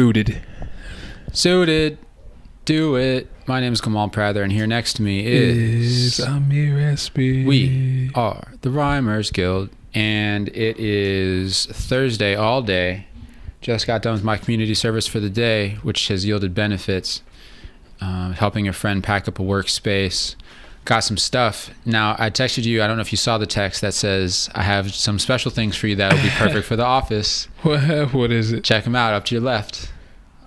Suited. Suited. Do it. My name is Kamal Prather, and here next to me is. Is Amir Espy. We are the Rhymers Guild, and it is Thursday all day. Just got done with my community service for the day, which has yielded benefits. Um, helping a friend pack up a workspace. Got some stuff. Now, I texted you. I don't know if you saw the text that says, I have some special things for you that'll be perfect for the office. What, what is it? Check them out up to your left.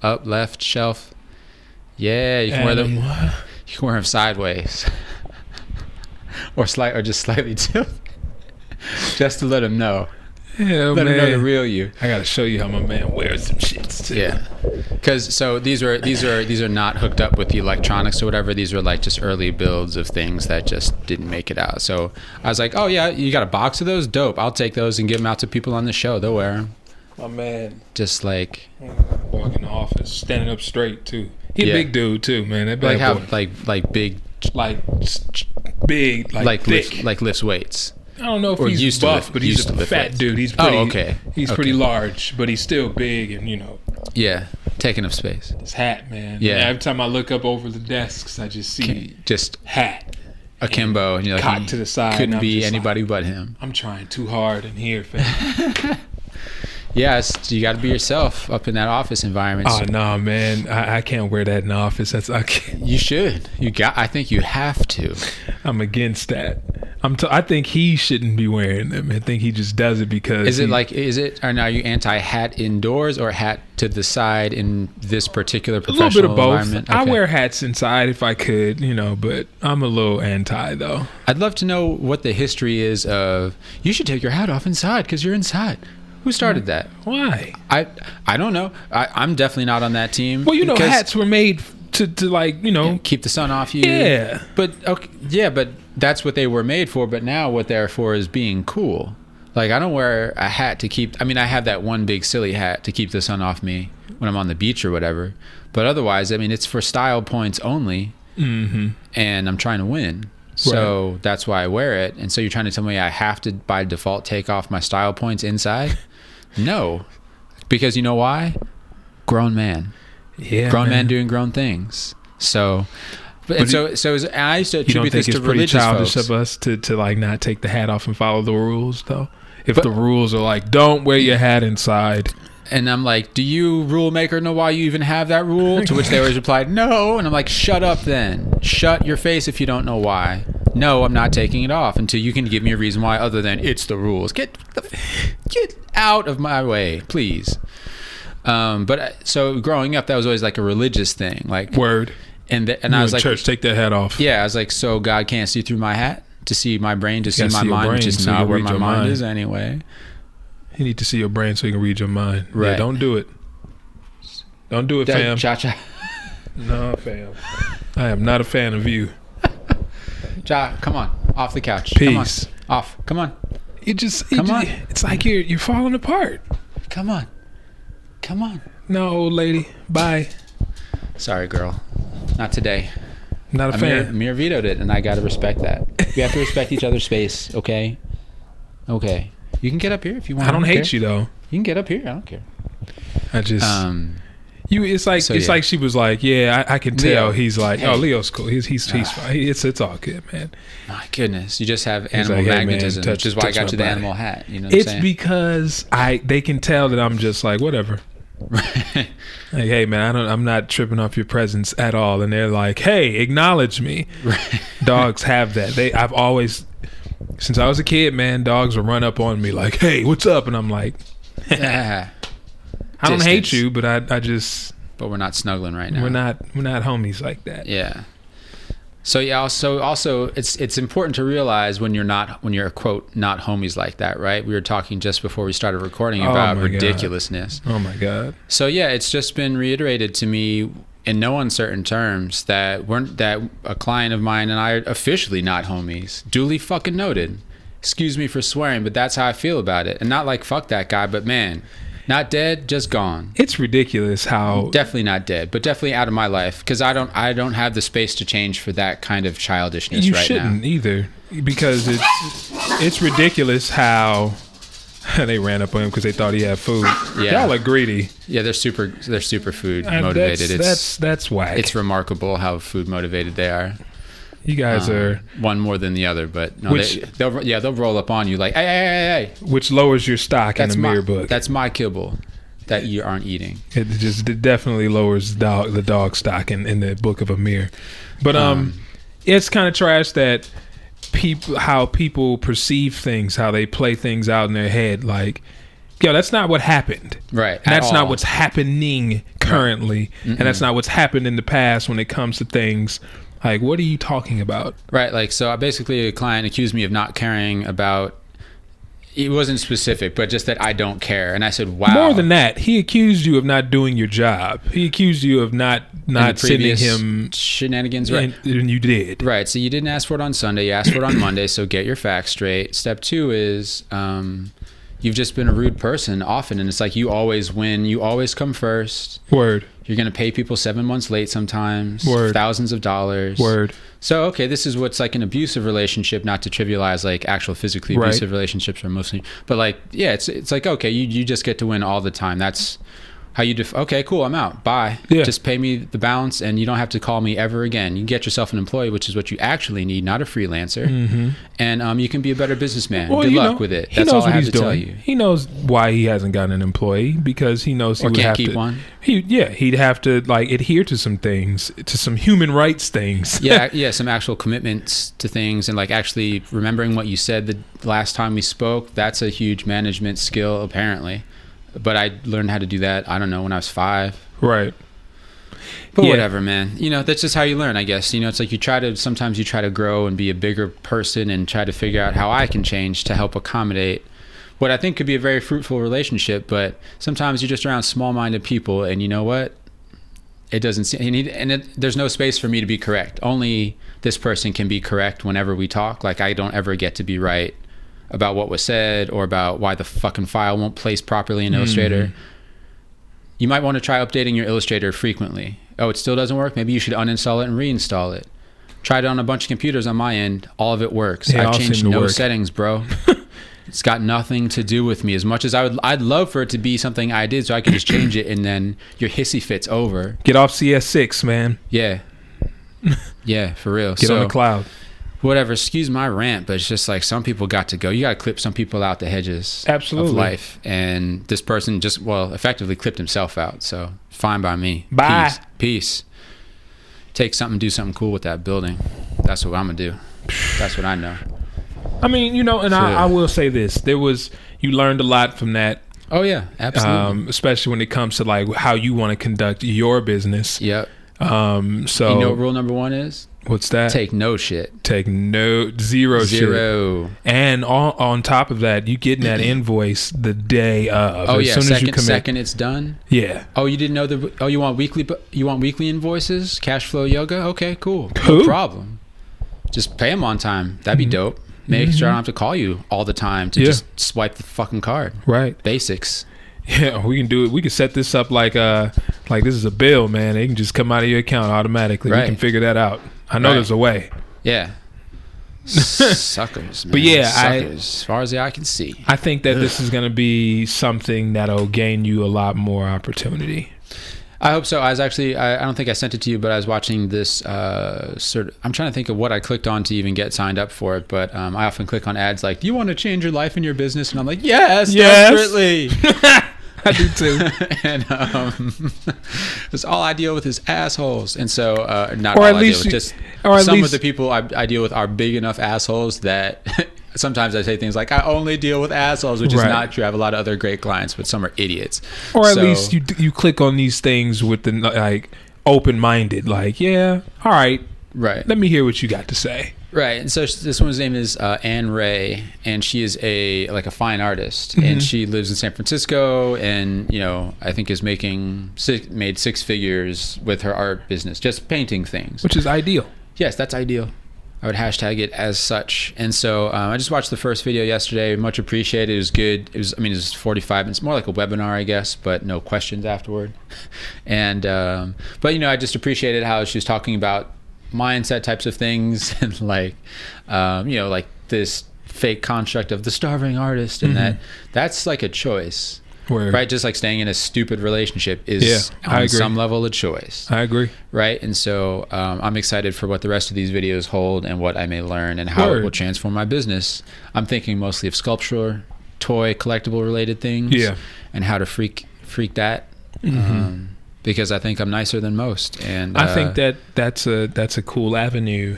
Up, left, shelf. Yeah, you can wear them. Adam, what? You can wear them sideways, or slight, or just slightly tilted, just to let them know, Yeah, let them know the man. real you. I gotta show you how my man wears some shits too. Yeah, because so these are these are these are not hooked up with the electronics or whatever. These were like just early builds of things that just didn't make it out. So I was like, oh yeah, you got a box of those? Dope. I'll take those and give them out to people on the show. They'll wear them. My man Just like walking the office, standing up straight too. He Yeah. a big dude too, man. That bad like how boy. like like big like s- s- big, like, like thick. lifts, like lifts weights. I don't know if or he's used to buff, lift- but used he's to a lift fat weights. dude. He's Oh, pretty, okay. He's Okay. pretty large, but he's still big, and you know Yeah, taking up space. his hat, man. Yeah. Every time I look up over the desks, I just see Just hat. akimbo, and you're like Cocked mm, to the side, and Couldn't I'm be just like- anybody but him. I'm trying too hard in here, fam. Yes, you got to be yourself up in that office environment. Oh So no, man! I, I can't wear that in the office. That's I can't, you should. You got. I think you have to. I'm against that. I'm. T- I think he shouldn't be wearing them. I think he just does it because. Is it he- like? Is it? Or now you anti hat indoors or hat to the side in this particular a professional little bit of both? environment? I Okay. wear hats inside if I could, you know, but I'm a little anti though. I'd love to know what the history is of. You should take your hat off inside because you're inside. Who started that? Why? I I don't know. I, I'm definitely not on that team. Well, you know, 'Cause- hats were made to to like you know. keep the sun off you. Yeah. But okay, yeah, but that's what they were made for. But now what they're for is being cool. Like I don't wear a hat to keep. I mean, I have that one big silly hat to keep the sun off me when I'm on the beach or whatever. But otherwise, I mean, it's for style points only. Mm-hmm. And I'm trying to win. So that's why I wear it. And so you're trying to tell me I have to by default take off my style points inside? no. Because you know why? Grown man Yeah, grown men doing grown things. So, but, and so so is, I used to You don't attribute think this it's to pretty religious childish folks. of us to to like not take the hat off and follow the rules though? If But- the rules are like, don't wear your hat inside. And I'm like, do you rule maker know why you even have that rule? To which they always replied, no. And I'm like, shut up then. Shut your face if you don't know why. No, I'm not taking it off until you can give me a reason why other than it's the rules. Get the, get out of my way, please. Um, but uh, so growing up, that was always like a religious thing. Like, Word. and the, and I You was in like, church, take that hat off. Yeah, I was like, so God can't see through my hat to see my brain, to see gotta my see your mind, which brain is so you not can where read my your mind, mind. is anyway. You need to see your brain so you can read your mind. Yeah, Right. don't do it. Don't do it, fam. Cha cha no, fam. I am not a fan of you. cha. Come on, off the couch. Peace. Come on, off. Come on, It just, it Come just- on. it's like you're you're falling apart. come on, come on. No, old lady. Bye. Sorry, girl. Not today. Not a Amir, fan. Amir vetoed it, and I gotta respect that. We have to respect each other's space, okay? Okay. You can get up here if you want. I don't hate you though. You can get up here. I don't care. I just Um, you. It's like so, it's yeah. like she was like, yeah, I, I can tell. Leo. He's like, oh, Hey. Leo's cool. He's he's he's fine. He- It's it's all good, man. my goodness, you just have animal like, "Hey, man, magnetism, touch- which is why I touch got my you the body." animal hat. You know what It's I'm saying? because I they can tell that I'm just like whatever. Like, hey man, I don't I'm not tripping off your presence at all. And they're like, Hey, acknowledge me. dogs have that. They I've always since I was a kid, man, dogs would run up on me like, Hey, what's up? And I'm like, Yeah. I don't Distance. hate you, but I I just but we're not snuggling right now. we're not we're not homies like that. Yeah. So yeah, also also it's it's important to realize when you're not when you're quote not homies like that, right? We were talking just before we started recording Oh about my God. ridiculousness. Oh my God. So yeah, it's just been reiterated to me in no uncertain terms that weren't that a client of mine and I are officially not homies. Duly fucking noted. Excuse me for swearing, but that's how I feel about it. And not like fuck that guy, but man, not dead, just gone It's ridiculous how definitely not dead, but definitely out of my life because I don't I don't have the space to change for that kind of childishness you right shouldn't either. Because it's it's ridiculous how they ran up on him because they thought he had food. Yeah. Y'all are greedy. Yeah, they're super. They're super food Uh, motivated. That's, it's that's that's whack. it's remarkable how food motivated they are. you guys Um, are, one more than the other, but no, Which- they, they'll yeah they'll roll up on you like hey hey hey hey. which lowers your stock in That's the my mirror book. that's my kibble that you aren't eating. It just it definitely lowers dog the dog stock in, in the book of Amir. But um, it's kind of trash that people how people perceive things, how they play things out in their head. Like, yo, that's not what happened. Right. And at that's not all. what's happening currently, and that's not what's happened in the past when it comes to things. Like, what are you talking about? Right. Like, so I basically, a client accused me of not caring about. It wasn't specific, but just that I don't care. And I said, wow. More than that, he accused you of not doing your job. He accused you of not in the not sending previous him, shenanigans. Right. and, and you did. right. So you didn't ask for it on Sunday. You asked for it on Monday. So get your facts straight. Step two is um, you've just been a rude person often. And it's like you always win, you always come first. Word, You're going to pay people seven months late sometimes, Word. thousands of dollars. word. So okay, this is what's like an abusive relationship. Not to trivialize like actual physically Right. abusive relationships are mostly, but like yeah, it's it's like okay, you you just get to win all the time. That's how you def- okay, cool. I'm out. Bye. Yeah. Just pay me the balance, and you don't have to call me ever again. You get yourself an employee, which is what you actually need, not a freelancer. Mm-hmm. And um, you can be a better businessman. Good you luck know, with it. He That's knows all I what have he's to doing. tell you. He knows why he hasn't gotten an employee because he knows he Or would can't have keep to. one. He yeah, he'd have to like adhere to some things, to some human rights things. yeah, yeah, some actual commitments to things and like actually remembering what you said the last time we spoke. That's a huge management skill, apparently. But I learned how to do that. I don't know when I was five. right. But Yeah. whatever, man. You know, that's just how you learn, I guess. You know, it's like you try to sometimes you try to grow and be a bigger person and try to figure out how I can change to help accommodate what I think could be a very fruitful relationship. But sometimes you're just around small-minded people, and you know what? It doesn't seem and, he, and it, there's no space for me to be correct. Only this person can be correct whenever we talk. Like I don't ever get to be right about what was said or about why the fucking file won't place properly in Hmm. Illustrator. You might want to try updating your Illustrator frequently. Oh, it still doesn't work? Maybe you should uninstall it and reinstall it. Tried it on a bunch of computers on my end. All of it works. They all I've changed seem to no work. settings, bro. it's got nothing to do with me. As much as I would, I'd love for it to be something I did so I could just change it and then your hissy fits over. Get off CS6, man. Yeah. Yeah, for real. Get so, on the cloud. whatever. Excuse my rant, but it's just like some people got to go. You got to clip some people out the hedges Absolutely. of life, and this person just well effectively clipped himself out. So fine by me. Bye. Peace. Peace. Take something, do something cool with that building. That's what I'm gonna do. That's what I know. I mean, you know, and Sure. I, I will say this: there was you learned a lot from that, Oh yeah, absolutely. um, especially when it comes to like how you want to conduct your business. yep. Um, so you know what rule number one is? what's that? Take no shit. Take no zero Oh, shit. Zero. And on, on top of that, you getting that invoice the day of. Oh as yeah. soon as you second, commit. second, it's done. Yeah. Oh, you didn't know the. Oh, you want weekly? bu- You want weekly invoices? Cash flow yoga? Okay, cool. Cool. No problem. Just pay them on time. That'd be dope. Make sure I don't have to call you all the time to Mm-hmm. Yeah. just swipe the fucking card. Right. Basics. Yeah, we can do it. We can set this up like uh like this is a bill, man. It can just come out of your account automatically. We Right. can figure that out. I know Right. there's a way. Yeah. Suckers, man. But yeah, I- Suckers, as far as the eye can see. I think that this is gonna be something that'll gain you a lot more opportunity. I hope so. I was actually, I, I don't think I sent it to you, but I was watching this uh, sort of, I'm trying to think of what I clicked on to even get signed up for it. But um, I often click on ads like, do you want to change your life and your business? And I'm like, yes, Yes. desperately. I do too. and um, it's all I deal with is assholes. And so, uh, not Or all at I least deal with, you- just or at some least- of the people I, I deal with are big enough assholes that sometimes I say things like, "I only deal with assholes," which is Right. not true. I have a lot of other great clients, but some are idiots. or at So- least you you click on these things with the like open minded, like, yeah, all right, right, let me hear what you got to say. right. And so sh- this woman's name is uh, Anne Ray, and she is a like a fine artist, and she lives in San Francisco, and you know, I think is making six, made six figures with her art business, just painting things. Which is ideal. Yes, that's ideal. I would hashtag it as such. And so um, I just watched the first video yesterday. Much appreciated. It was good. It was, I mean, it was 45 minutes, more like a webinar, I guess, but no questions afterward. and, um, but, you know, I just appreciated how she was talking about mindset types of things and like, um, you know, like this fake construct of the starving artist and that Mm-hmm. that's like a choice Word. right just like staying in a stupid relationship is Yeah, I on agree. some level a choice I agree. right and so um, i'm excited for what the rest of these videos hold and what i may learn and how it Word. will transform my business i'm thinking mostly of sculpture toy collectible related things Yeah. Mm-hmm. and how to freak freak that um, because i think i'm nicer than most and I uh, think that that's a that's a cool avenue.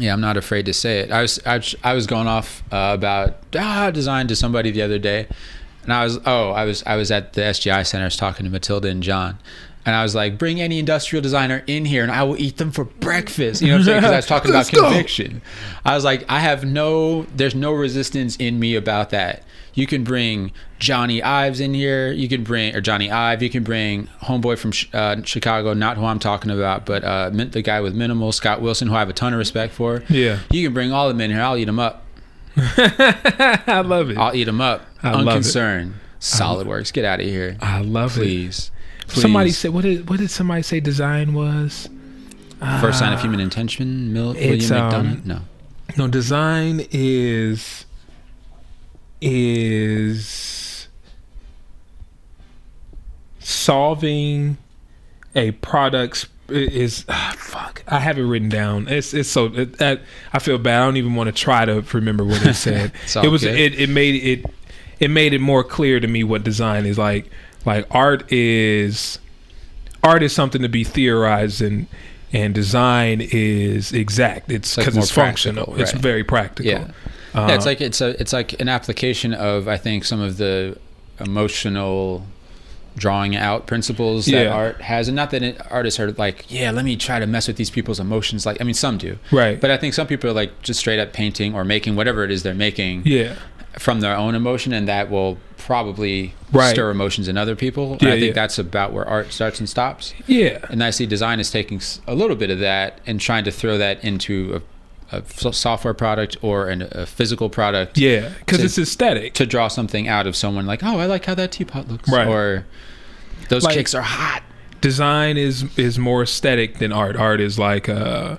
Yeah, I'm not afraid to say it. I was I, was- I was going off uh, about ah, design to somebody the other day, and I was oh I was I was at the SGI Center. I was talking to Matilda and John, and I was like, bring any industrial designer in here, and I will eat them for breakfast. You know what I'm saying? Because I was talking about Let's go. conviction. I was like, I have no there's no resistance in me about that. You can bring Johnny Ives in here. You can bring or Johnny Ive. You can bring homeboy from Ch- uh, Chicago, not who I'm talking about, but uh, min- the guy with minimal Scott Wilson, who I have a ton of respect for. Yeah, You can bring all of them in here. I'll eat them up. I love it. I'll eat them up. I love it. Unconcerned. SolidWorks. Get out of here. I love Please. it. Somebody Please. said what did what did somebody say design was? First sign of human intention, Mil- William it's, um, McDonough? No. No, design is is solving a product's is ah, fuck. I have it written down. It's it's so it, I, I feel bad. I don't even want to try to remember what it said. It's all it was good. it it made it it made it more clear to me what design is like. Like art is art is something to be theorized and and design is exact. It's like because more it's functional. practical, It's right. very practical. Yeah. Uh, yeah, it's like it's a it's like an application of I think some of the emotional drawing out principles that Yeah. art has, and not that it, artists are like, yeah, let me try to mess with these people's emotions. Like, I mean, some do, right. but I think some people are like just straight up painting or making whatever it is they're making yeah. from their own emotion, and that will probably Right. stir emotions in other people. and Yeah, I think yeah. that's about where art starts and stops. Yeah. And I see design is taking s- a little bit of that and trying to throw that into a, a so- software product or an, a physical product Yeah. Because To- it's aesthetic. to draw something out of someone like oh i like how that teapot looks Right. or those Like- Mm-hmm. kicks are hot Design is is more aesthetic than art. Art is like uh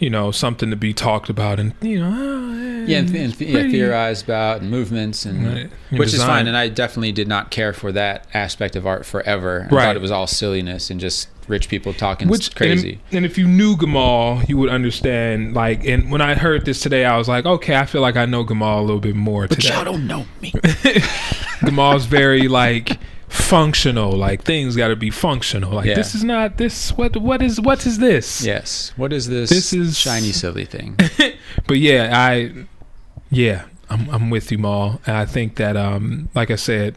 you know something to be talked about and you know ah, yeah, and, eh, th- and it's th- yeah pretty. theorized about and movements and Right. And which is fine design- and i definitely did not care for that aspect of art forever i Right. thought it was all silliness and just rich people talking Which crazy And, and if you knew Gamal, you would understand. Like, and when I heard this today, I was like, okay, I feel like I know Gamal a little bit more today. y'all don't know me Gamal's very like functional. Like things got to be functional. Like Yeah. this is not this. What what is what is this? yes what is this This is- shiny silly thing But yeah, I yeah, I'm I'm with you, Maul. And I think that um, like I said,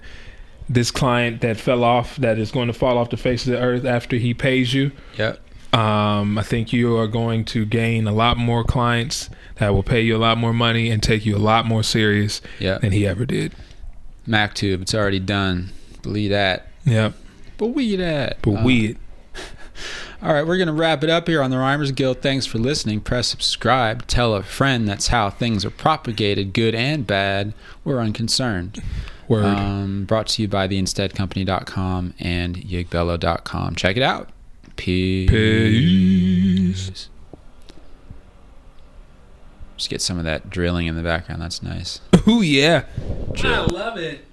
this client that fell off, that is going to fall off the face of the earth after he pays you. yep Um, I think you are going to gain a lot more clients that will pay you a lot more money and take you a lot more serious yep than he ever did. mactube it's already done believe that Yep. but we that But Uh, we All right, we're going to wrap it up here on the Rhymers Guild. Thanks for listening. Press subscribe. Tell a friend. That's how things are propagated, good and bad. We're unconcerned. word. Um, brought to you by theinsteadcompany.com and yigbello.com. Check it out. Peace. Peace. Just get some of that drilling in the background. That's nice. Ooh yeah. Drill. love it.